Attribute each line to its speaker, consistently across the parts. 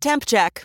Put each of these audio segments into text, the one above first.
Speaker 1: Temp check.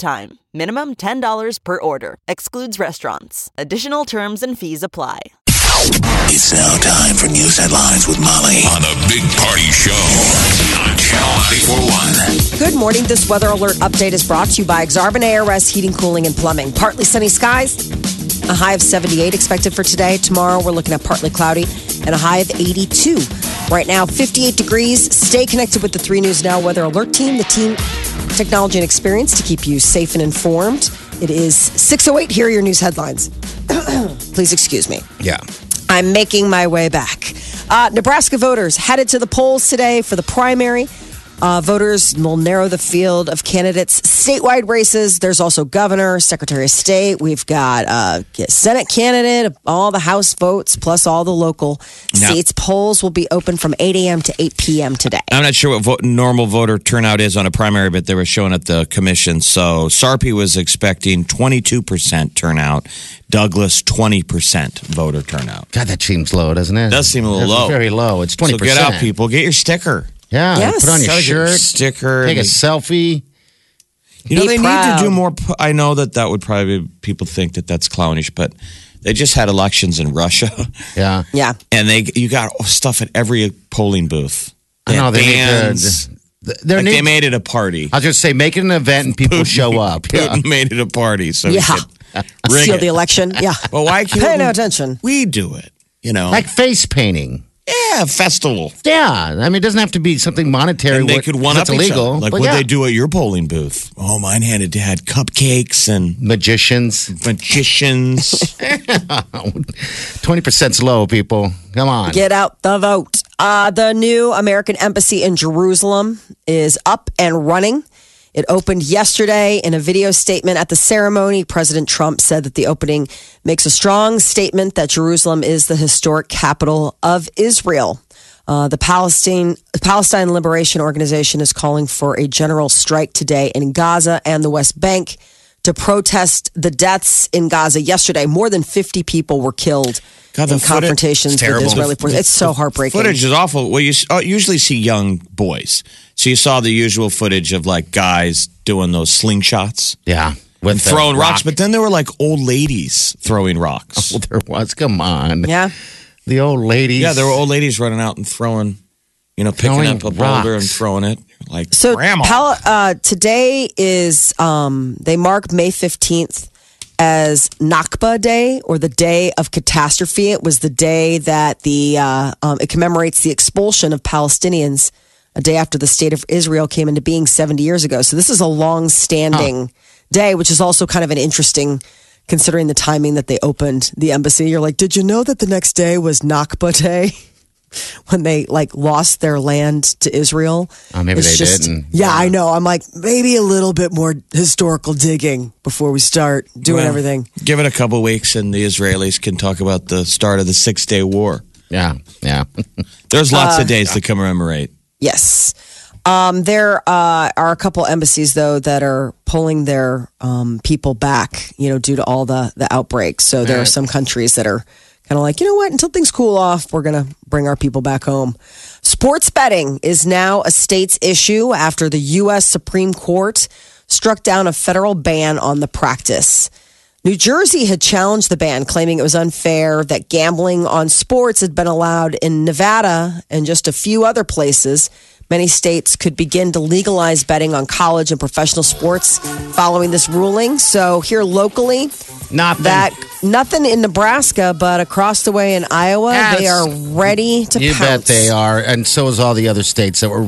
Speaker 1: time. Minimum $10 per order. Excludes restaurants. Additional terms and fees apply.
Speaker 2: It's now time for news headlines with Molly on the Big Party Show on Channel 941.
Speaker 3: Good morning. This weather alert update is brought to you by Exarban ARS Heating, Cooling, and Plumbing. Partly sunny skies, a high of 78 expected for today. Tomorrow, we're looking at partly cloudy and a high of 82. Right now, 58 degrees. Stay connected with the 3 News Now Weather Alert Team, the team technology and experience to keep you safe and informed. It is 608. Here are your news headlines. Please excuse me.
Speaker 4: Yeah.
Speaker 3: I'm making my way back. Uh, Nebraska voters headed to the polls today for the primary. Uh, voters will narrow the field of candidates. Statewide races, there's also governor, secretary of state. We've got uh, Senate candidate, all the House votes, plus all the local
Speaker 4: Now-
Speaker 3: seats. Polls will be open from 8 a.m. to 8 p.m. today.
Speaker 4: I'm not sure what vote, normal voter turnout is on a primary, but they were showing at the commission. So Sarpy was expecting 22% turnout, Douglas 20% voter turnout.
Speaker 5: God, that seems low, doesn't it?
Speaker 4: Does seem a little
Speaker 5: It's
Speaker 4: low.
Speaker 5: Very low. It's
Speaker 4: So
Speaker 5: twenty
Speaker 4: get
Speaker 5: percent.
Speaker 4: out, people. Get your sticker.
Speaker 5: Yeah,
Speaker 3: Yes.
Speaker 5: put on your
Speaker 4: Gotta get your
Speaker 5: shirt,
Speaker 4: sticker.
Speaker 5: take a
Speaker 4: and-
Speaker 5: selfie.
Speaker 4: you know,
Speaker 3: Be
Speaker 4: they need
Speaker 3: proud.
Speaker 4: to do more. pu- I know that that would probably people think that that's clownish, but they just had elections in Russia,
Speaker 5: Yeah,
Speaker 3: Yeah.
Speaker 4: and they you got stuff at every polling booth.
Speaker 5: I know they
Speaker 4: bands.
Speaker 5: need to. th- There
Speaker 4: Like
Speaker 5: need,
Speaker 4: they made it a party.
Speaker 5: I was going to say, make it an event and people show up. Yeah.
Speaker 4: Putin made it a party, so he
Speaker 3: Yeah.
Speaker 4: could rig
Speaker 3: Seal
Speaker 4: it.
Speaker 3: the election. Yeah.
Speaker 4: But why can't
Speaker 3: Pay no attention.
Speaker 4: we do it? You know,
Speaker 5: Like face painting.
Speaker 4: yeah, festival.
Speaker 5: Yeah, I mean, it doesn't have to be something monetary.
Speaker 4: And they
Speaker 5: what-
Speaker 4: could one
Speaker 5: if
Speaker 4: up
Speaker 5: it's
Speaker 4: each
Speaker 5: illegal.
Speaker 4: other. Like
Speaker 5: but
Speaker 4: what
Speaker 5: yeah.
Speaker 4: they do at your polling booth. Oh, mine handed had cupcakes and
Speaker 5: Magicians.
Speaker 4: magicians.
Speaker 5: Twenty percent's low, people. Come on.
Speaker 3: Get out the vote. Uh, the new American Embassy in Jerusalem is up and running. It opened yesterday in a video statement at the ceremony. President Trump said that the opening makes a strong statement that Jerusalem is the historic capital of Israel. Uh, the Palestine, Palestine Liberation Organization is calling for a general strike today in Gaza and the West Bank to protest the deaths in Gaza yesterday. More than 50 people were killed
Speaker 4: God, the
Speaker 3: in
Speaker 4: footage-
Speaker 3: confrontations
Speaker 4: it's
Speaker 3: with
Speaker 4: terrible.
Speaker 3: Israeli forces. It's so
Speaker 4: The
Speaker 3: heartbreaking.
Speaker 4: footage is awful. Well, you s- uh, usually see young boys. So you saw the usual footage of like guys doing those slingshots,
Speaker 5: Yeah, with the
Speaker 4: throwing rocks.
Speaker 5: rock.
Speaker 4: But then there were like old ladies throwing rocks.
Speaker 5: Well, there was. Come on.
Speaker 3: Yeah.
Speaker 5: The old ladies.
Speaker 4: Yeah, there were old ladies running out and throwing, you know, picking
Speaker 5: Throwing
Speaker 4: up a boulder and
Speaker 5: rocks.
Speaker 4: throwing it. Like,
Speaker 3: So
Speaker 4: grandma.
Speaker 3: Pal- uh, today is um, they mark May fifteenth as Nakba Day or the Day of Catastrophe. It was the day that the uh, um, it commemorates the expulsion of Palestinians a day after the state of Israel came into being seventy years ago. So this is a long-standing day, which is also kind of an interesting. Considering the timing that they opened the embassy, you're like, did you know that the next day was Nakba Day? when they like lost their land to Israel.
Speaker 5: Oh, maybe
Speaker 3: It's
Speaker 5: they
Speaker 3: just-
Speaker 5: didn't.
Speaker 3: Yeah, I know. I'm like maybe a little bit more historical digging before we start doing
Speaker 4: Well,
Speaker 3: everything.
Speaker 4: Give it a couple weeks, and the Israelis can talk about the start of the Six Day War.
Speaker 5: Yeah, yeah.
Speaker 4: There's lots
Speaker 3: Uh,
Speaker 4: of days to commemorate.
Speaker 3: Yes. Um, there uh, are a couple embassies though that are pulling their um, people back, you know, due to all the the outbreaks. So there are some countries that are kind of like, you know what? Until things cool off, we're gonna bring our people back home. Sports betting is now a state's issue after the U.S. Supreme Court struck down a federal ban on the practice. New Jersey had challenged the ban, claiming it was unfair that gambling on sports had been allowed in Nevada and just a few other places. Many states could begin to legalize betting on college and professional sports following this ruling. So, here locally,
Speaker 5: Nothing.
Speaker 3: that nothing in Nebraska, but across the way in Iowa, they
Speaker 5: Yes.
Speaker 3: are ready to
Speaker 5: You
Speaker 3: pounce.
Speaker 5: bet they are, and so is all the other states that were,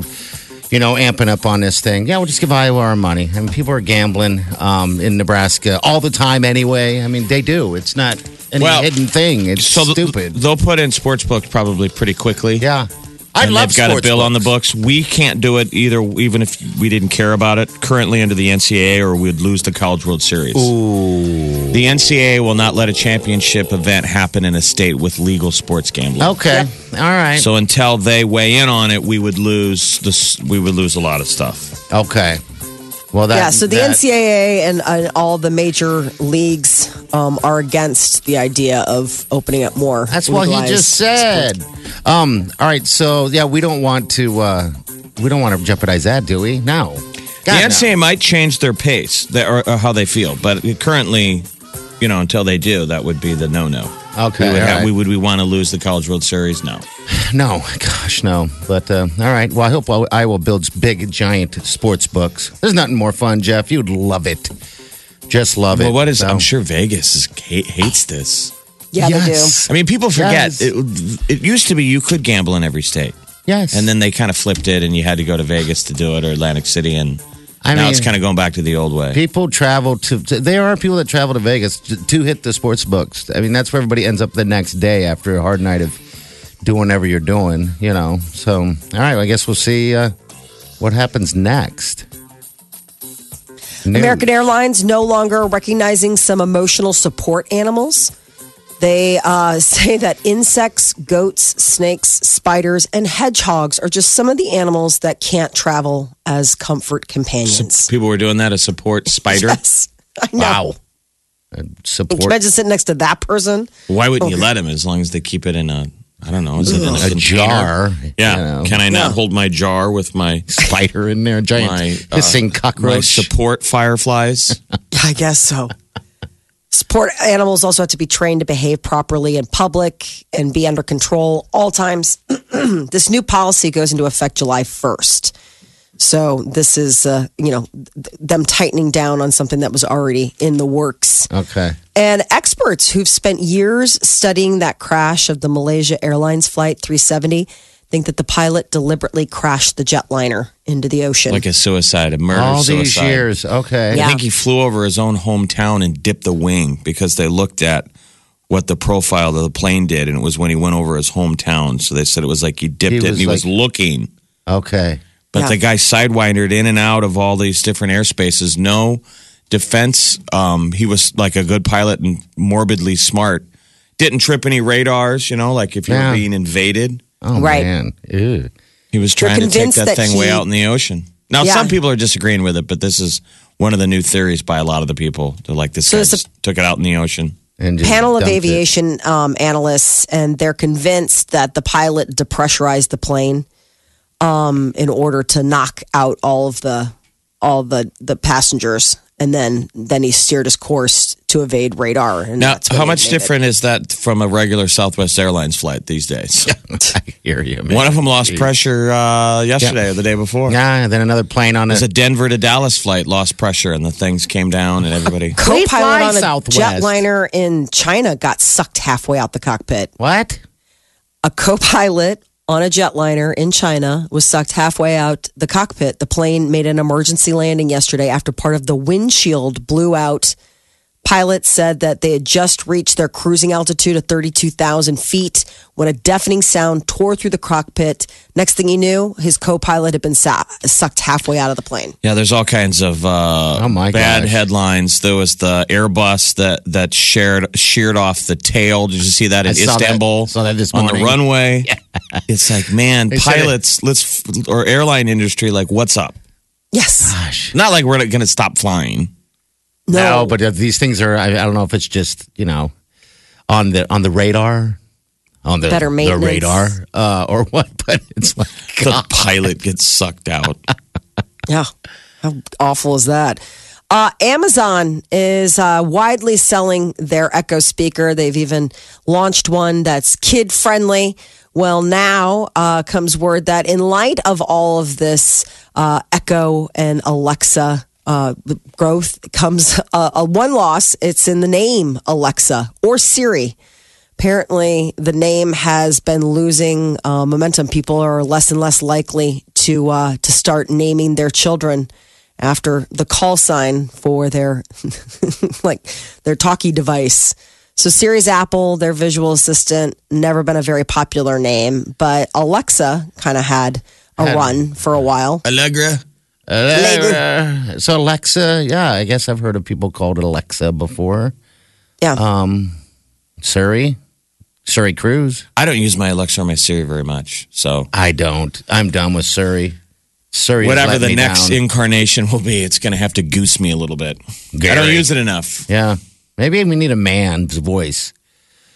Speaker 5: you know, amping up on this thing. Yeah, we'll just give Iowa our money. I mean, people are gambling um, in Nebraska all the time anyway. I mean, they do. It's not any
Speaker 4: Well,
Speaker 5: hidden thing. It's
Speaker 4: th-
Speaker 5: stupid.
Speaker 4: they'll put in sports books probably pretty quickly.
Speaker 5: yeah, I
Speaker 4: and
Speaker 5: love
Speaker 4: they've got a
Speaker 5: sports
Speaker 4: bill on the
Speaker 5: books.
Speaker 4: books. We can't do it either, even if we didn't care about it. Currently under the NCAA, or we'd lose the College World Series. Ooh. The NCAA will not let a championship event happen in a state with legal sports gambling.
Speaker 5: Okay. All right.
Speaker 4: So until they weigh in on it, we would lose this. We would lose a lot of stuff.
Speaker 5: okay. Well, that,
Speaker 3: yeah, so the
Speaker 5: that-
Speaker 3: NCAA and, and all the major leagues um, are against the idea of opening up more.
Speaker 5: That's what he
Speaker 3: legalized
Speaker 5: just said. Um, all right, so yeah, we don't want to uh, we don't want to jeopardize that, do we? No. God,
Speaker 4: the
Speaker 5: no.
Speaker 4: NCAA might change their pace that, or, or how they feel, but currently, you know, until they do, that would be the no-no.
Speaker 5: Okay,
Speaker 4: we would,
Speaker 5: all
Speaker 4: have,
Speaker 5: right.
Speaker 4: we would we want to lose the College World Series? No.
Speaker 5: No, gosh, no. But uh, all right. Well, I hope I, I will build big, giant sports books. There's nothing more fun, Jeff. You'd love it. Just love it.
Speaker 4: Well, what is?
Speaker 5: So-
Speaker 4: I'm sure Vegas is, hate, hates this.
Speaker 3: Yeah,
Speaker 5: yes.
Speaker 4: I mean, people forget
Speaker 5: Yes.
Speaker 4: it, it used to be you could gamble in every state,
Speaker 5: Yes.
Speaker 4: and then they kind of flipped it, and you had to go to Vegas to do it or Atlantic City, and
Speaker 5: I
Speaker 4: now
Speaker 5: mean,
Speaker 4: it's kind of going back to the old way.
Speaker 5: people travel to, to- There are people that travel to Vegas to, to hit the sports books. I mean, that's where everybody ends up the next day after a hard night of doing whatever you're doing. You know. So all right. well, I guess we'll see uh, what happens next. News.
Speaker 3: American Airlines no longer recognizing some emotional support animals. They uh, say that insects, goats, snakes, spiders, and hedgehogs are just some of the animals that can't travel as comfort companions.
Speaker 4: people were doing that to support Spider.
Speaker 3: Yes, I know.
Speaker 5: Wow. Uh,
Speaker 3: Can you
Speaker 5: Support.
Speaker 3: imagine sitting next to that person?
Speaker 4: Why wouldn't you let him as long as they keep it in a I don't know, is it in a,
Speaker 5: a
Speaker 4: container?
Speaker 5: jar.
Speaker 4: Yeah.
Speaker 5: you know.
Speaker 4: Can I not hold my jar with my
Speaker 5: spider in there, giant
Speaker 4: my uh,
Speaker 5: hissing
Speaker 4: my
Speaker 5: cockroach.
Speaker 4: support fireflies?
Speaker 3: I guess so. Support animals also have to be trained to behave properly in public and be under control all times. this new policy goes into effect July 1st. So this is, uh, you know, th- them tightening down on something that was already in the works.
Speaker 5: okay.
Speaker 3: And experts who've spent years studying that crash of the Malaysia Airlines flight 370 think that the pilot deliberately crashed the jetliner into the ocean.
Speaker 4: like a suicide, a murder
Speaker 5: All
Speaker 4: suicide.
Speaker 5: these years. Okay.
Speaker 4: I
Speaker 3: Yeah.
Speaker 4: think he flew over his own hometown and dipped the wing because they looked at what the profile of the plane did and it was when he went over his hometown. So they said it was like he dipped
Speaker 5: He
Speaker 4: it and
Speaker 5: was
Speaker 4: he was
Speaker 5: like-
Speaker 4: looking.
Speaker 5: Okay.
Speaker 4: But
Speaker 3: Yeah.
Speaker 4: the guy sidewindered in and out of all these different airspaces. No defense. Um, he was like a good pilot and morbidly smart. Didn't trip any radars, you know, like if you
Speaker 5: Yeah.
Speaker 4: were being invaded.
Speaker 5: Oh,
Speaker 3: Right.
Speaker 5: man. Ew.
Speaker 4: He was trying to take
Speaker 3: convinced
Speaker 4: that,
Speaker 3: that
Speaker 4: thing way
Speaker 3: he-
Speaker 4: out in the ocean. Now,
Speaker 3: Yeah.
Speaker 4: some people are disagreeing with it, but this is one of the new theories by a lot of the people. They're like, this
Speaker 3: So
Speaker 4: guy
Speaker 3: it's a-
Speaker 4: just took it out in the ocean.
Speaker 5: And just
Speaker 3: panel of
Speaker 5: dumped it.
Speaker 3: aviation um, analysts, and they're convinced that the pilot depressurized the plane um, in order to knock out all of the all the the passengers, and then then he steered his course to evade radar. And
Speaker 4: Now,
Speaker 3: that's when
Speaker 4: how
Speaker 3: he
Speaker 4: much
Speaker 3: made it.
Speaker 4: different is that from a regular Southwest Airlines flight these days?
Speaker 5: I hear you, man.
Speaker 4: One of them lost pressure uh, yesterday or the day before.
Speaker 5: Yeah, and then another plane on
Speaker 4: It was
Speaker 5: a
Speaker 4: a Denver to Dallas flight, lost pressure, and the things came down, and everybody.
Speaker 5: They fly
Speaker 3: Co-pilot on a
Speaker 5: Southwest.
Speaker 3: jetliner in China got sucked halfway out the cockpit.
Speaker 5: What?
Speaker 3: A co-pilot on a jetliner in China was sucked halfway out the cockpit. The plane made an emergency landing yesterday after part of the windshield blew out. Pilots said that they had just reached their cruising altitude of 32,000 feet when a deafening sound tore through the cockpit. Next thing he knew, his co pilot had been sa- sucked halfway out of the plane.
Speaker 4: Yeah, there's all kinds of uh,
Speaker 5: Oh, my
Speaker 4: bad
Speaker 5: gosh.
Speaker 4: headlines. There was the Airbus that that shared sheared off the tail. Did you see that in
Speaker 5: I saw that-
Speaker 4: Istanbul?
Speaker 5: saw that this
Speaker 4: on the
Speaker 5: morning.
Speaker 4: runway. It's like, man,
Speaker 5: They said it-
Speaker 4: pilots, let's f- or airline industry, like, what's up?
Speaker 3: Yes.
Speaker 5: Gosh.
Speaker 4: Not like we're going to stop flying.
Speaker 5: No, but uh, these things are. I, I don't know if it's just you know, on the on the radar, on the
Speaker 3: Better
Speaker 5: the
Speaker 3: maintenance.
Speaker 5: radar uh, or what. But it's like
Speaker 4: The pilot gets sucked out.
Speaker 3: Yeah. How awful is that? Uh, Amazon is uh, widely selling their Echo speaker. They've even launched one that's kid friendly. Well, now uh, comes word that in light of all of this uh, Echo and Alexa uh, growth comes uh, a one loss. It's in the name Alexa or Siri apparently the name has been losing uh, momentum. People are less and less likely to uh, to start naming their children after the call sign for their like their talkie device. So Siri's Apple, their visual assistant, never been a very popular name, but Alexa kind of had a
Speaker 5: Had-
Speaker 3: run for a while.
Speaker 5: Allegra. Allegra. So Alexa, yeah, I guess I've heard of people called it Alexa before.
Speaker 3: Yeah.
Speaker 4: Uh,
Speaker 5: Um, Surrey, Surrey Cruise.
Speaker 4: I don't use my Alexa or my Siri very much, so
Speaker 5: I don't. I'm done with Surrey. Surrey.
Speaker 4: whatever
Speaker 5: let
Speaker 4: the
Speaker 5: me
Speaker 4: next
Speaker 5: down.
Speaker 4: incarnation will be, it's going to have to goose me a little bit. I don't
Speaker 5: Gary.
Speaker 4: use it enough.
Speaker 5: yeah, maybe we need a man's voice.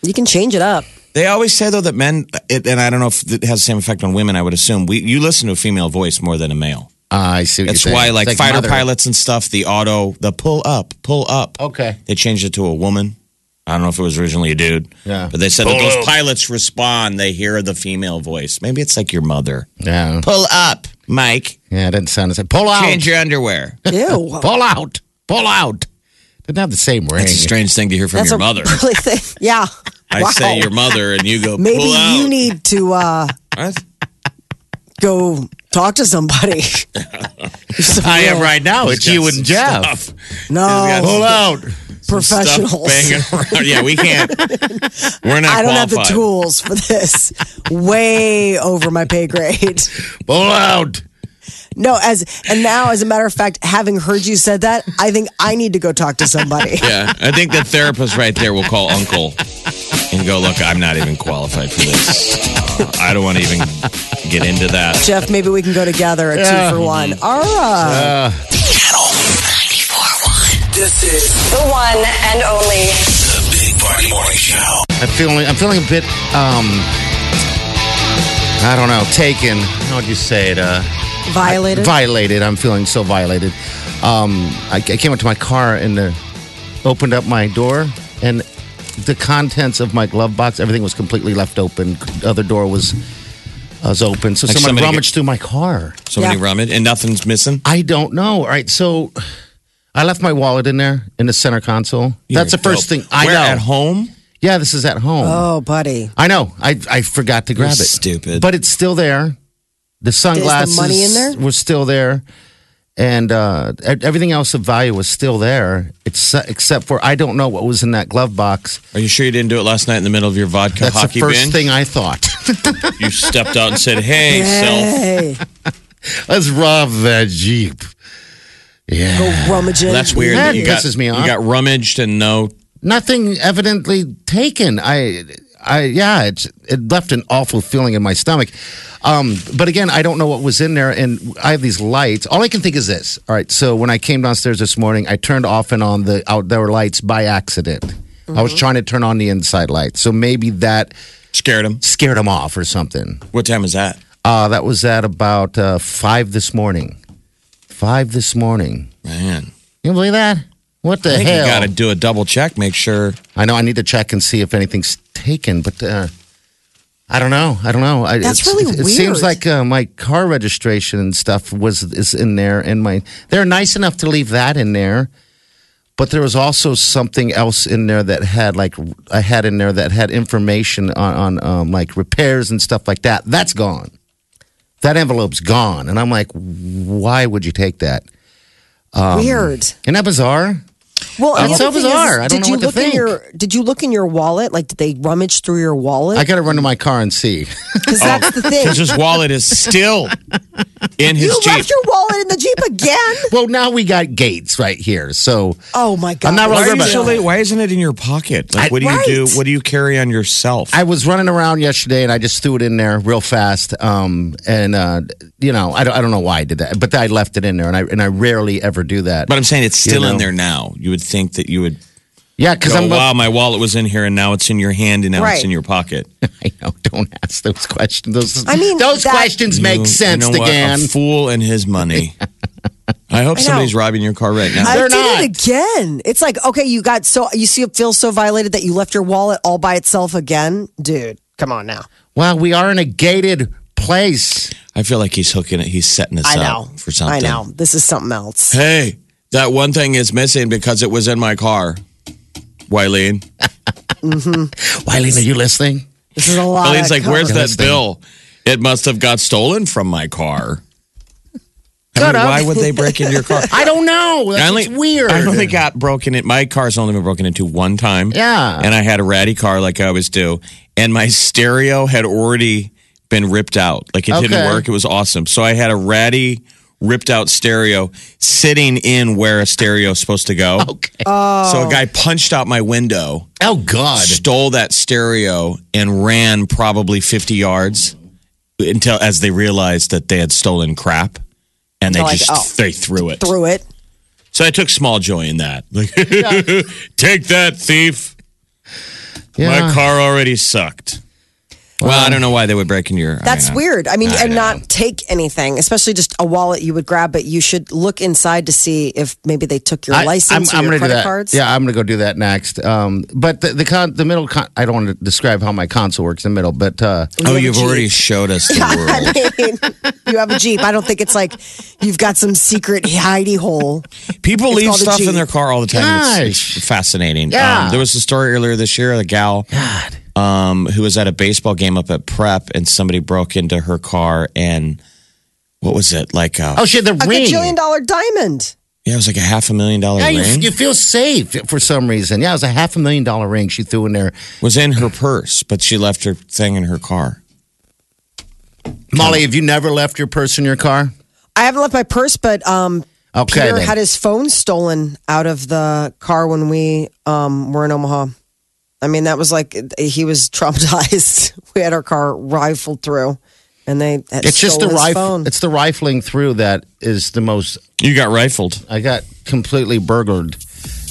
Speaker 3: You can change it up.
Speaker 4: They always say though that men, it, and I don't know if it has the same effect on women. I would assume we you listen to a female voice more than a male.
Speaker 5: Uh, I see. What
Speaker 4: That's
Speaker 5: you're saying.
Speaker 4: why,
Speaker 5: It's
Speaker 4: like, fighter
Speaker 5: mother-
Speaker 4: pilots and stuff, the auto, the pull up, pull up.
Speaker 5: Okay.
Speaker 4: They changed it to a woman. I don't know if it was originally a dude.
Speaker 5: Yeah.
Speaker 4: But they said that
Speaker 5: Pull
Speaker 4: those
Speaker 5: up.
Speaker 4: pilots respond. They hear the female voice. Maybe it's like your mother.
Speaker 5: Yeah,
Speaker 4: Pull up, Mike.
Speaker 5: yeah. It didn't sound as pull out,
Speaker 4: Change your underwear.
Speaker 3: Ew.
Speaker 5: pull out, pull out. Didn't have the same ring.
Speaker 4: That's a strange thing to hear from
Speaker 3: That's
Speaker 4: your
Speaker 3: a
Speaker 4: mother.
Speaker 3: really thing. Yeah.
Speaker 4: I
Speaker 3: wow.
Speaker 4: say your mother, and you go,
Speaker 3: Maybe
Speaker 4: pull out.
Speaker 3: you need to uh,
Speaker 4: What?
Speaker 3: go talk to somebody.
Speaker 5: I am right now.
Speaker 4: He's
Speaker 5: It's
Speaker 4: got
Speaker 5: you
Speaker 4: some
Speaker 5: and Jeff.
Speaker 4: stuff.
Speaker 3: No,
Speaker 5: Pull out.
Speaker 3: professionals.
Speaker 4: Stuff banging around. Yeah, we can't. We're not
Speaker 3: I don't have the
Speaker 4: qualified.
Speaker 3: tools for this. Way over my pay grade.
Speaker 5: Pull out.
Speaker 3: No, as and now, as a matter of fact, having heard you said that, I think I need to go talk to somebody.
Speaker 4: Yeah, I think the therapist right there will call Uncle and go, look, I'm not even qualified for this. I don't want to even get into that.
Speaker 3: Jeff, maybe we can go together at
Speaker 5: Yeah.
Speaker 3: two for one. All right.
Speaker 2: Channel 941. This is
Speaker 6: The one and only.
Speaker 2: the Big Party Morning Show.
Speaker 5: I'm feeling. I'm feeling a bit. Um, I don't know. Taken. How would you say it? Uh,
Speaker 3: Violated.
Speaker 5: violated. I'm feeling so violated. Um, I, I came up to my car and uh, opened up my door, and the contents of my glove box, everything was completely left open. The other door was was open, so
Speaker 4: Like
Speaker 5: someone
Speaker 4: somebody
Speaker 5: rummaged through my car.
Speaker 4: So many
Speaker 3: Yeah.
Speaker 4: rummage and nothing's missing.
Speaker 5: I don't know. All right, so I left my wallet in there in the center console. That's the
Speaker 4: You're
Speaker 5: first
Speaker 4: dope.
Speaker 5: thing I
Speaker 4: Where,
Speaker 5: know.
Speaker 4: at home.
Speaker 5: Yeah, this is at home.
Speaker 3: oh, buddy.
Speaker 5: I know. I I forgot to grab
Speaker 4: You're
Speaker 5: it.
Speaker 4: stupid.
Speaker 5: But it's still there. The sunglasses
Speaker 3: money in there?
Speaker 5: were still there, and uh, e- everything else of value was still there. It's except for I don't know what was in that glove box.
Speaker 4: Are you sure you didn't do it last night in the middle of your vodka
Speaker 5: That's
Speaker 4: hockey
Speaker 5: the first
Speaker 4: binge?
Speaker 5: thing I thought.
Speaker 4: You stepped out and said, "Hey, self."
Speaker 3: Hey,
Speaker 5: Let's rob that jeep.
Speaker 3: go
Speaker 5: Yeah,
Speaker 3: rummaging.
Speaker 4: Well, that's weird.
Speaker 5: That
Speaker 4: you got,
Speaker 5: pisses me off.
Speaker 4: You got rummaged and no.
Speaker 5: nothing evidently taken. I. I, yeah, it, it left an awful feeling in my stomach. Um, but again, I don't know what was in there. And I have these lights. All I can think is this. All right. So when I came downstairs this morning, I turned off and on the outdoor lights by accident. I
Speaker 4: Mm-hmm.
Speaker 5: was trying to turn on the inside lights. So maybe that
Speaker 4: Scared him.
Speaker 5: scared them off or something.
Speaker 4: What time is that?
Speaker 5: Uh, that was at about uh, five this morning. Five this morning.
Speaker 4: Man,
Speaker 5: You believe that? What the
Speaker 4: I think
Speaker 5: hell?
Speaker 4: you got to do a double check. Make sure.
Speaker 5: I know I need to check and see if anything's taken, but uh, I don't know. I don't know. I,
Speaker 3: That's
Speaker 5: it's-
Speaker 3: really
Speaker 5: it, It seems
Speaker 3: weird.
Speaker 5: like uh, my car registration and stuff was is in there, and my they're nice enough to leave that in there. But there was also something else in there that had like I had in there that had information on, on um, like repairs and stuff like that. That's gone. That envelope's gone, and I'm like, why would you take that?
Speaker 3: weird.
Speaker 5: Isn't that bizarre?
Speaker 3: Well, and
Speaker 5: that's
Speaker 3: the other
Speaker 5: Um,
Speaker 3: thing
Speaker 5: so bizarre. I don't
Speaker 3: did
Speaker 5: know
Speaker 3: you
Speaker 5: what to
Speaker 3: look in
Speaker 5: think.
Speaker 3: your? Did you look in your wallet? Like, did they rummage through your
Speaker 5: I oh.
Speaker 3: wallet?
Speaker 5: got to run to my car and see.
Speaker 3: Because that's the thing.
Speaker 4: Because his wallet is still in his
Speaker 3: You
Speaker 4: jeep.
Speaker 3: left your wallet in the jeep again.
Speaker 5: well, now we got gates right here, so
Speaker 3: Oh my god!
Speaker 5: I'm not really
Speaker 4: Why,
Speaker 5: worried about it.
Speaker 4: usually, why isn't it in your pocket? Like,
Speaker 5: I-
Speaker 4: what do you do?
Speaker 3: Right.
Speaker 4: What do you carry on yourself?
Speaker 5: I was running around yesterday and I just threw it in there real fast. Um, and uh, you know, I don't, I don't know why I did that, but I left it in there, and I and I rarely ever do that.
Speaker 4: but I'm saying it's still
Speaker 5: You
Speaker 4: in
Speaker 5: know.
Speaker 4: there now. You would think that you would
Speaker 5: yeah, because
Speaker 4: go,
Speaker 5: I'm
Speaker 4: wow, my wallet was in here and now it's in your hand and now it's
Speaker 3: Right.
Speaker 4: in your pocket.
Speaker 5: I know. Don't ask those questions. Those
Speaker 3: I mean,
Speaker 5: those
Speaker 3: that-
Speaker 5: questions make
Speaker 4: You- you
Speaker 5: sense
Speaker 4: know
Speaker 5: to
Speaker 4: what?
Speaker 5: Gan.
Speaker 4: A fool and his money. I hope
Speaker 3: I know.
Speaker 4: somebody's robbing your car right now.
Speaker 3: I
Speaker 5: They're
Speaker 3: did
Speaker 5: not.
Speaker 3: it again. It's like okay, you got so you see, feel so violated that you left your wallet all by itself again, dude. Come on now.
Speaker 5: Wow, we are in a gated place.
Speaker 4: I feel like he's hooking it. He's setting us
Speaker 3: I know
Speaker 4: up for something.
Speaker 3: I know this is something else.
Speaker 4: Hey, that one thing is missing because it was in my car. Wileen.
Speaker 5: Wileen, are you listening?
Speaker 3: This is a lot.
Speaker 4: Wileen's
Speaker 3: of
Speaker 4: like, where's
Speaker 3: cover-
Speaker 4: that bill? It must have got stolen from my car. I
Speaker 5: Shut
Speaker 4: mean,
Speaker 5: up.
Speaker 4: why would they break into your car?
Speaker 5: I don't know. That's
Speaker 4: I only,
Speaker 5: it's weird.
Speaker 4: I only got broken in. My car's only been broken into one time.
Speaker 5: Yeah.
Speaker 4: And I had a ratty car like I always do. And my stereo had already been ripped out. Like it
Speaker 5: Okay.
Speaker 4: didn't work. It was awesome. So I had a ratty ripped out stereo sitting in where a stereo is supposed to go.
Speaker 5: okay.
Speaker 4: So a guy punched out my window,
Speaker 5: oh God.
Speaker 4: stole that stereo, and ran probably 50 yards until as they realized that they had stolen crap. And they
Speaker 3: They're like,
Speaker 4: just
Speaker 3: "Oh."
Speaker 4: they threw it.
Speaker 3: Through it.
Speaker 4: So I took small joy in that. Like, take that, thief.
Speaker 5: Yeah.
Speaker 4: My car already sucked. Well, I don't know why they would break in your. I
Speaker 3: That's
Speaker 4: mean, I-
Speaker 3: weird. I mean,
Speaker 4: I
Speaker 3: and
Speaker 4: know.
Speaker 3: not take anything, especially just a wallet you would grab, but you should look inside to see if maybe they took your license or your
Speaker 5: gonna do
Speaker 3: credit
Speaker 5: that.
Speaker 3: cards.
Speaker 5: Yeah, I'm going to go do that next. Um, but the the, con- the middle, con- I don't want to describe how my console works in the middle, but uh,
Speaker 4: Oh,
Speaker 3: have a
Speaker 4: you've already showed us the world.
Speaker 3: I mean, you have a Jeep. I don't think it's like you've got some secret hidey hole.
Speaker 4: People
Speaker 3: It's
Speaker 4: leave
Speaker 3: called a
Speaker 4: stuff
Speaker 3: Jeep.
Speaker 4: in their car all the time. It's,
Speaker 5: Gosh.
Speaker 4: it's fascinating.
Speaker 5: Yeah.
Speaker 4: Um, there was a story earlier this year, a gal Um, who was at a baseball game up at Prep, and somebody broke into her car and what was it like? A,
Speaker 5: oh, she had the
Speaker 3: A
Speaker 5: ring.
Speaker 3: gajillion dollar diamond.
Speaker 4: yeah, it was like a half a million dollar
Speaker 5: Yeah, you,
Speaker 4: ring.
Speaker 5: you feel safe for some reason. Yeah, it was a half a million dollar ring she threw in there.
Speaker 4: was in her purse, but she left her thing in her car.
Speaker 5: Molly, have you never left your purse in your car?
Speaker 3: I haven't left my purse, but um,
Speaker 5: Okay,
Speaker 3: Peter
Speaker 5: then.
Speaker 3: had his phone stolen out of the car when we um, were in Omaha. I mean, that was like he was traumatized. we had our car rifled through, and they had
Speaker 5: It's just the
Speaker 3: stolen his
Speaker 5: rifle.
Speaker 3: phone.
Speaker 5: It's the rifling through that is the most.
Speaker 4: You got rifled.
Speaker 5: I got completely burgled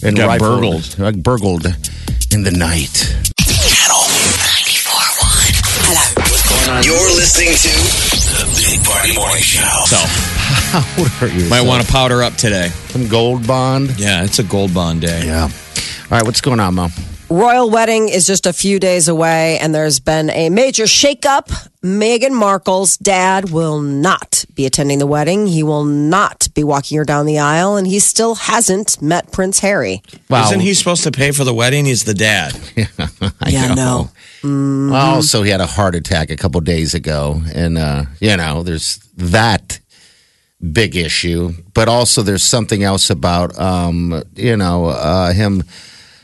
Speaker 5: and
Speaker 4: Got
Speaker 5: rifled.
Speaker 4: burgled.
Speaker 5: Like burgled in the night.
Speaker 2: Channel 941. Hello. What's going on? You're listening to the Big Party Morning Show.
Speaker 4: So might want to powder up today.
Speaker 5: some gold bond.
Speaker 4: Yeah, it's a gold bond day.
Speaker 5: Yeah. All right, what's going on, Mo?
Speaker 3: Royal wedding is just a few days away, and there's been a major shakeup. Meghan Markle's dad will not be attending the wedding. He will not be walking her down the aisle, and he still hasn't met Prince Harry.
Speaker 5: Wow.
Speaker 4: Isn't he supposed to pay for the wedding? He's the dad.
Speaker 5: I
Speaker 3: Yeah,
Speaker 5: know. Also, he had a heart attack a couple days ago, and uh, you know, there's that big issue, but also there's something else about um, you know uh, him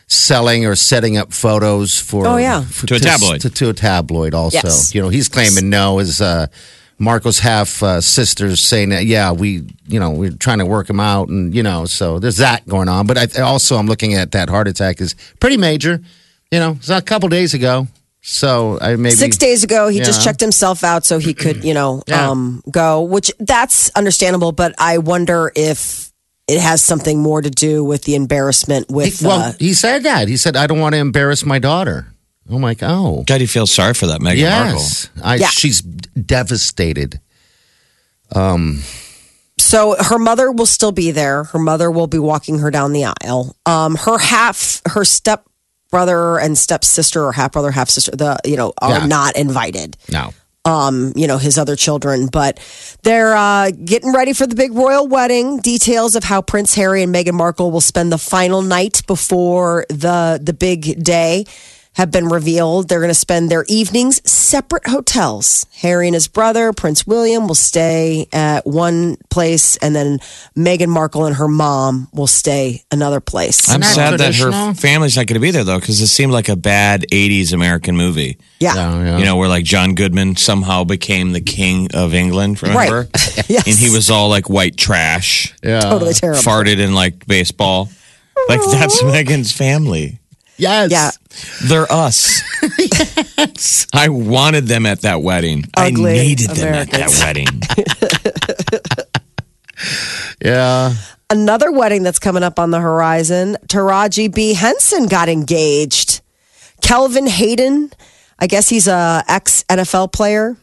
Speaker 5: selling or setting up photos for
Speaker 3: Oh, yeah.
Speaker 5: for-
Speaker 4: To a tabloid.
Speaker 5: to, to a tabloid also
Speaker 3: Yes.
Speaker 5: you know he's claiming no is uh Marco's half uh, sisters saying that yeah we you know we're trying to work him out and you know so there's that going on but I also I'm looking at that heart attack is pretty major you know it's a couple days ago so I maybe
Speaker 3: Six days ago, he just
Speaker 5: Yeah.
Speaker 3: checked himself out so he could, you know,
Speaker 5: Yeah.
Speaker 3: um, go, which that's understandable, but I wonder if it has something more to do with the embarrassment
Speaker 5: He-
Speaker 3: with.
Speaker 5: well
Speaker 3: uh,
Speaker 5: he said that he said I don't want to embarrass my daughter I'm like oh
Speaker 4: God, you feel sorry for that Meghan Markle.
Speaker 5: Yes, I,
Speaker 3: Yeah.
Speaker 5: she's devastated.
Speaker 3: So her mother will still be there. Her mother will be walking her down the aisle. Um, her half, her step brother and stepsister, or half brother, half sister, the you know are
Speaker 5: Yeah.
Speaker 3: not invited.
Speaker 5: No,
Speaker 3: Um, you know his other children, but they're uh, getting ready for the big royal wedding. Details of how Prince Harry and Meghan Markle will spend the final night before the the big day have been revealed. They're going to spend their evenings separate hotels. Harry and his brother, Prince William, will stay at one place, and then Meghan Markle and her mom will stay another place.
Speaker 4: I'm
Speaker 5: that
Speaker 4: sad that
Speaker 5: traditional?
Speaker 4: her family's not going to be there though, because it seemed like a bad '80s American movie.
Speaker 3: yeah.
Speaker 5: no, no.
Speaker 4: You know, where like John Goodman somehow became the king of England. Remember?
Speaker 3: Right. yes.
Speaker 4: And he was uh, all like white trash,
Speaker 5: yeah,
Speaker 3: totally terrible.
Speaker 4: farted in like baseball. Like that's Megan's family.
Speaker 5: yes,
Speaker 3: Yeah.
Speaker 4: They're us. I wanted them at that wedding.
Speaker 3: Ugly
Speaker 4: I needed them at that
Speaker 3: Americans.
Speaker 4: wedding.
Speaker 5: yeah.
Speaker 3: another wedding that's coming up on the horizon. Taraji B. Henson got engaged. Kelvin Hayden, I guess he's a ex NFL player.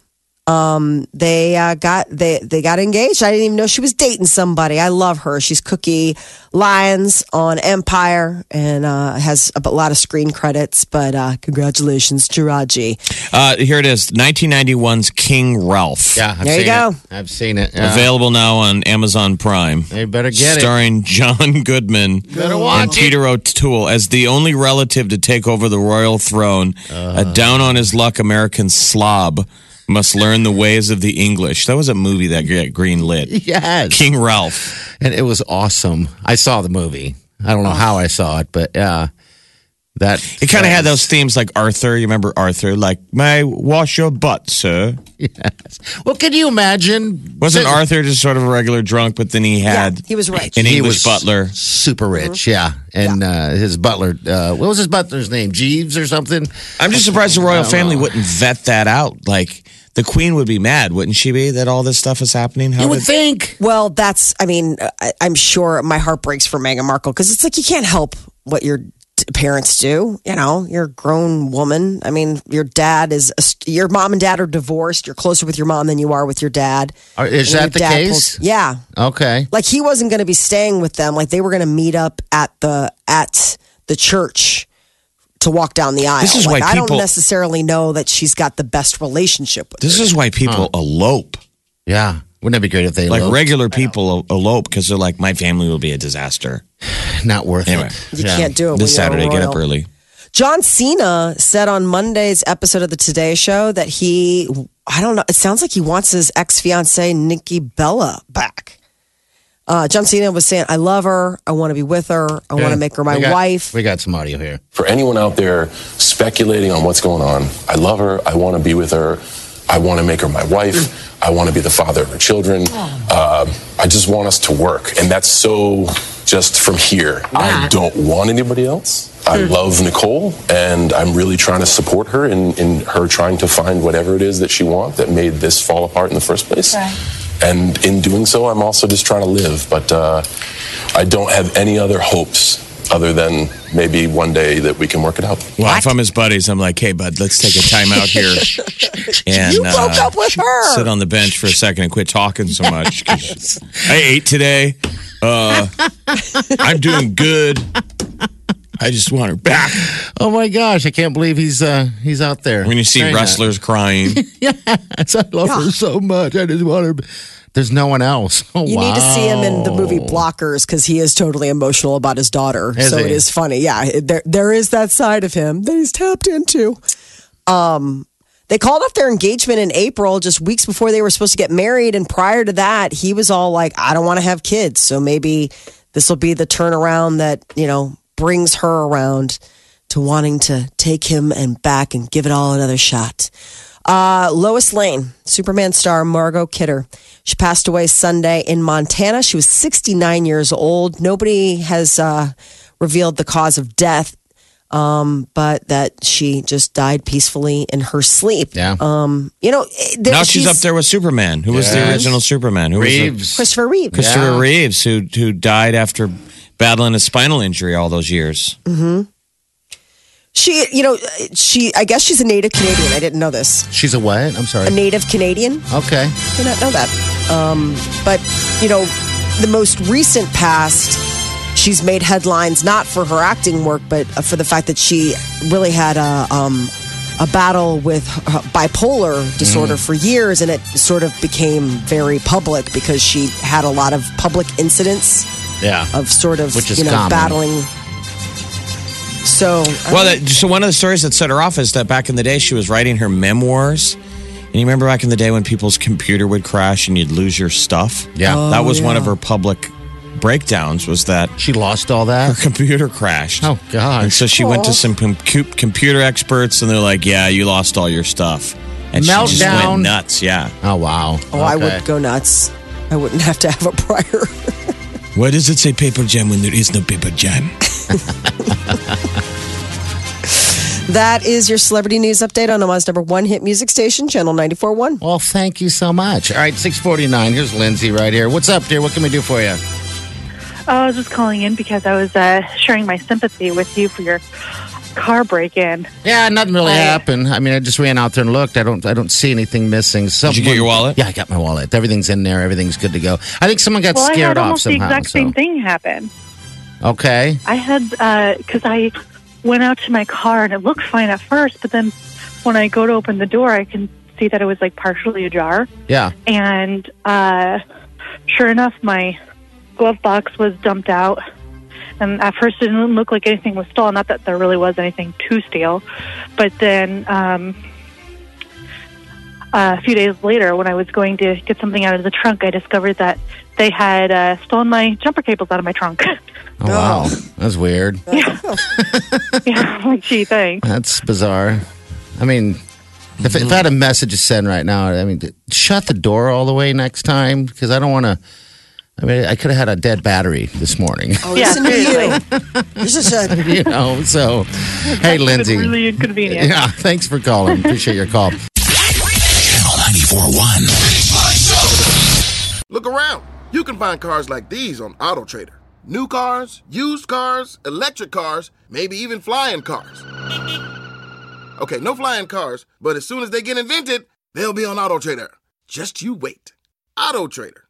Speaker 3: Um, they uh, got they they got engaged. I didn't even know she was dating somebody. I love her. She's Cookie Lyons on Empire and uh, has a lot of screen credits. But uh, congratulations, Taraji.
Speaker 4: Uh, here it is 1991's King Ralph.
Speaker 5: Yeah, I've
Speaker 3: There you
Speaker 5: seen
Speaker 3: go.
Speaker 5: It. I've seen it. Yeah.
Speaker 4: Available now on Amazon Prime.
Speaker 5: They better get it.
Speaker 4: starring John Goodman and Peter O'Toole as the only
Speaker 5: Uh-huh.
Speaker 4: relative to take over the royal throne, a down on his luck American slob must learn the ways of the English. That was a movie that got green lit.
Speaker 5: Yes.
Speaker 4: King Ralph.
Speaker 5: and it was awesome. I saw the movie. I don't know how I saw it, but yeah, that
Speaker 4: It kind of had those themes like Arthur. You remember Arthur? Like, may I wash your butt, sir?
Speaker 5: Well, can you imagine?
Speaker 4: Wasn't
Speaker 5: Sit-
Speaker 4: Arthur just sort of a regular drunk, but then he had
Speaker 3: he was rich.
Speaker 4: an
Speaker 5: He
Speaker 4: English
Speaker 5: was
Speaker 4: butler?
Speaker 5: super rich?
Speaker 3: Mm-hmm.
Speaker 5: Yeah, and Uh, his butler. Uh, what was his butler's name? Jeeves or something?
Speaker 4: I'm just surprised the royal family wouldn't vet that out. Like, the queen would be mad, wouldn't she be, that all this stuff is happening? How
Speaker 5: You would
Speaker 4: did-
Speaker 5: think.
Speaker 3: Well, that's, I mean, I, I'm sure my heart breaks for Meghan Markle because it's like you can't help what your t- parents do. You know, you're a grown woman. I mean, your dad is, a, st- your mom and dad are divorced. You're closer with your mom than you are with your dad.
Speaker 5: Are- is
Speaker 3: And
Speaker 5: that the
Speaker 3: your dad
Speaker 5: case?
Speaker 3: pulls- yeah.
Speaker 5: Okay.
Speaker 3: Like he wasn't going to be staying with them. Like they were going to meet up at the, at the church to walk down the aisle.
Speaker 4: This is
Speaker 3: like,
Speaker 4: why
Speaker 3: I don't
Speaker 4: people-
Speaker 3: necessarily know that she's got the best relationship with
Speaker 4: This is why people elope.
Speaker 5: Yeah. Wouldn't it be great if they
Speaker 4: Like,
Speaker 5: eloped?
Speaker 4: regular people elope because they're like, my family will be a disaster.
Speaker 5: not worth
Speaker 4: Anyway.
Speaker 5: it.
Speaker 3: You
Speaker 5: Yeah.
Speaker 3: can't do it
Speaker 4: This
Speaker 3: when you're a
Speaker 4: Saturday, get up
Speaker 3: royal.
Speaker 4: early.
Speaker 3: John Cena said on Monday's episode of the Today Show that he, I don't know, it sounds like he wants his ex fiancee, Nikki Bella, back. Uh, John Cena was saying, I love her. I want to be with her. I want
Speaker 5: Yeah.
Speaker 3: to make her
Speaker 5: We
Speaker 3: my
Speaker 5: got-
Speaker 3: wife.
Speaker 5: We got some audio here.
Speaker 6: For anyone out there speculating on what's going on, I love her. I want to be with her. I want to make her my wife. I want to be the father of her children. Uh, I just want us to work. And that's so just from here. I don't want anybody else. I love Nicole, and I'm really trying to support her in, in her trying to find whatever it is that she wants that made this fall apart in the first place. And in doing so, I'm also just trying to live. But uh, I don't have any other hopes other than maybe one day that we can work it out.
Speaker 4: Well, if I'm his buddies, I'm like, hey, bud, let's take a time out here and uh,
Speaker 3: You broke up with her.
Speaker 4: sit on the bench for a second and quit talking so much. 'cause I ate today. Uh, I'm doing good. I just want her back.
Speaker 5: Oh my gosh, I can't believe he's uh he's out there.
Speaker 4: When you see
Speaker 5: Saying that.
Speaker 4: wrestlers crying,
Speaker 5: Yes, I love her so much. I just want her. There's no one else. Oh,
Speaker 3: You need to see him in the
Speaker 5: wow.
Speaker 3: movie Blockers because he is totally emotional about his daughter.
Speaker 5: Is
Speaker 3: so
Speaker 5: he?
Speaker 3: it is funny. Yeah, it- there there is that side of him that he's tapped into. Um, they called off their engagement in April, just weeks before they were supposed to get married. And prior to that, he was all like, "I don't want to have kids, so maybe this will be the turnaround that you know brings her around to wanting to take him and back and give it all another shot." Uh, Lois Lane, Superman star Margot Kidder. She passed away Sunday in Montana. She was 69 years old. Nobody has uh, revealed the cause of death, um, but that she just died peacefully in her sleep.
Speaker 5: Yeah.
Speaker 3: Um, you know, eh, there,
Speaker 4: now she's, up there with Superman. Who was the
Speaker 5: Yes.
Speaker 4: original Superman? Who was
Speaker 5: Reeves.
Speaker 3: Christopher Reeve.
Speaker 4: the- Christopher
Speaker 5: Yeah.
Speaker 4: Reeves, who who died after battling a spinal injury all those years.
Speaker 3: She, you know, eh, she. I guess she's a native Canadian. I didn't know this.
Speaker 5: She's a what?
Speaker 3: A
Speaker 5: I'm sorry.
Speaker 3: native Canadian.
Speaker 5: Okay.
Speaker 3: did not know that. Um, but you know, the most recent past, she's made headlines not for her acting work, but uh, for the fact that she really had a um, a battle with her bipolar disorder
Speaker 5: Mm.
Speaker 3: for years, and it sort of became very public because she had a lot of public incidents
Speaker 5: Yeah.
Speaker 3: of sort of
Speaker 5: Which is
Speaker 3: you know
Speaker 5: common.
Speaker 3: battling. So I
Speaker 4: Well, that, so one of the stories that set her off is that back in the day she was writing her memoirs. And you remember back in the day when people's computer would crash and you'd lose your stuff?
Speaker 5: Yeah. Oh,
Speaker 4: that was one of her public breakdowns was that
Speaker 5: She lost all that.
Speaker 4: computer crashed.
Speaker 5: Oh, gosh.
Speaker 4: And so she went to some com- cu- computer experts and they're like, "Yeah, you lost all your stuff." And she just
Speaker 5: Meltdown.
Speaker 4: went nuts, yeah.
Speaker 5: Oh wow.
Speaker 3: Oh, I would go nuts. I wouldn't have to have a prior.
Speaker 4: Why does it say paper jam when there is no paper jam?
Speaker 3: that is your celebrity news update on Omaha's number one hit music station, Channel 94.1.
Speaker 5: Well, thank you so much. All right, six forty nine. Here's Lindsay right here. What's up, dear? What can we do for you?
Speaker 7: Oh, I was just calling in because I was uh, sharing my sympathy with you for your car break-in.
Speaker 5: Yeah, nothing really
Speaker 7: Hi.
Speaker 5: happened. I mean, I just ran out there and looked. I don't. I don't see anything missing. Someone,
Speaker 4: you get your wallet?
Speaker 5: Yeah, I got my wallet. Everything's in there. Everything's good to go. I think someone got
Speaker 7: Well, I
Speaker 5: scared
Speaker 7: had
Speaker 5: off
Speaker 7: almost the
Speaker 5: somehow.
Speaker 7: exact same
Speaker 5: so-
Speaker 7: thing happen.
Speaker 5: Okay.
Speaker 7: I had because I went out to my car and it looked fine at first, but then when I go to open the door, I can see that it was like partially ajar,
Speaker 5: Yeah.
Speaker 7: and uh, sure enough, my glove box was dumped out. And at first, it didn't look like anything was stolen. Not that there really was anything to steal, but then um, uh, a few days later, when I was going to get something out of the trunk, I discovered that they had uh, stolen my jumper cables out of my trunk.
Speaker 5: Oh, wow. That's weird.
Speaker 7: yeah, I'm like, gee, thanks.
Speaker 5: That's bizarre. I mean, if, if I had a
Speaker 7: Mm-hmm.
Speaker 5: message to send right now, I mean, shut the door all the way next time because I don't want to. I mean, I could have had a dead battery this morning,
Speaker 3: Oh,
Speaker 7: Yeah,
Speaker 3: listen to you. You're such a
Speaker 5: you know. So, hey,
Speaker 7: It's
Speaker 5: Lindsay.
Speaker 7: been really inconvenient.
Speaker 5: yeah, thanks for calling. Appreciate your call.
Speaker 2: Channel 941.
Speaker 8: Look around. You can find cars like these on AutoTrader. New cars, used cars, electric cars, maybe even flying cars. Okay, no flying cars, but as soon as they get invented, they'll be on AutoTrader. Just you wait. AutoTrader.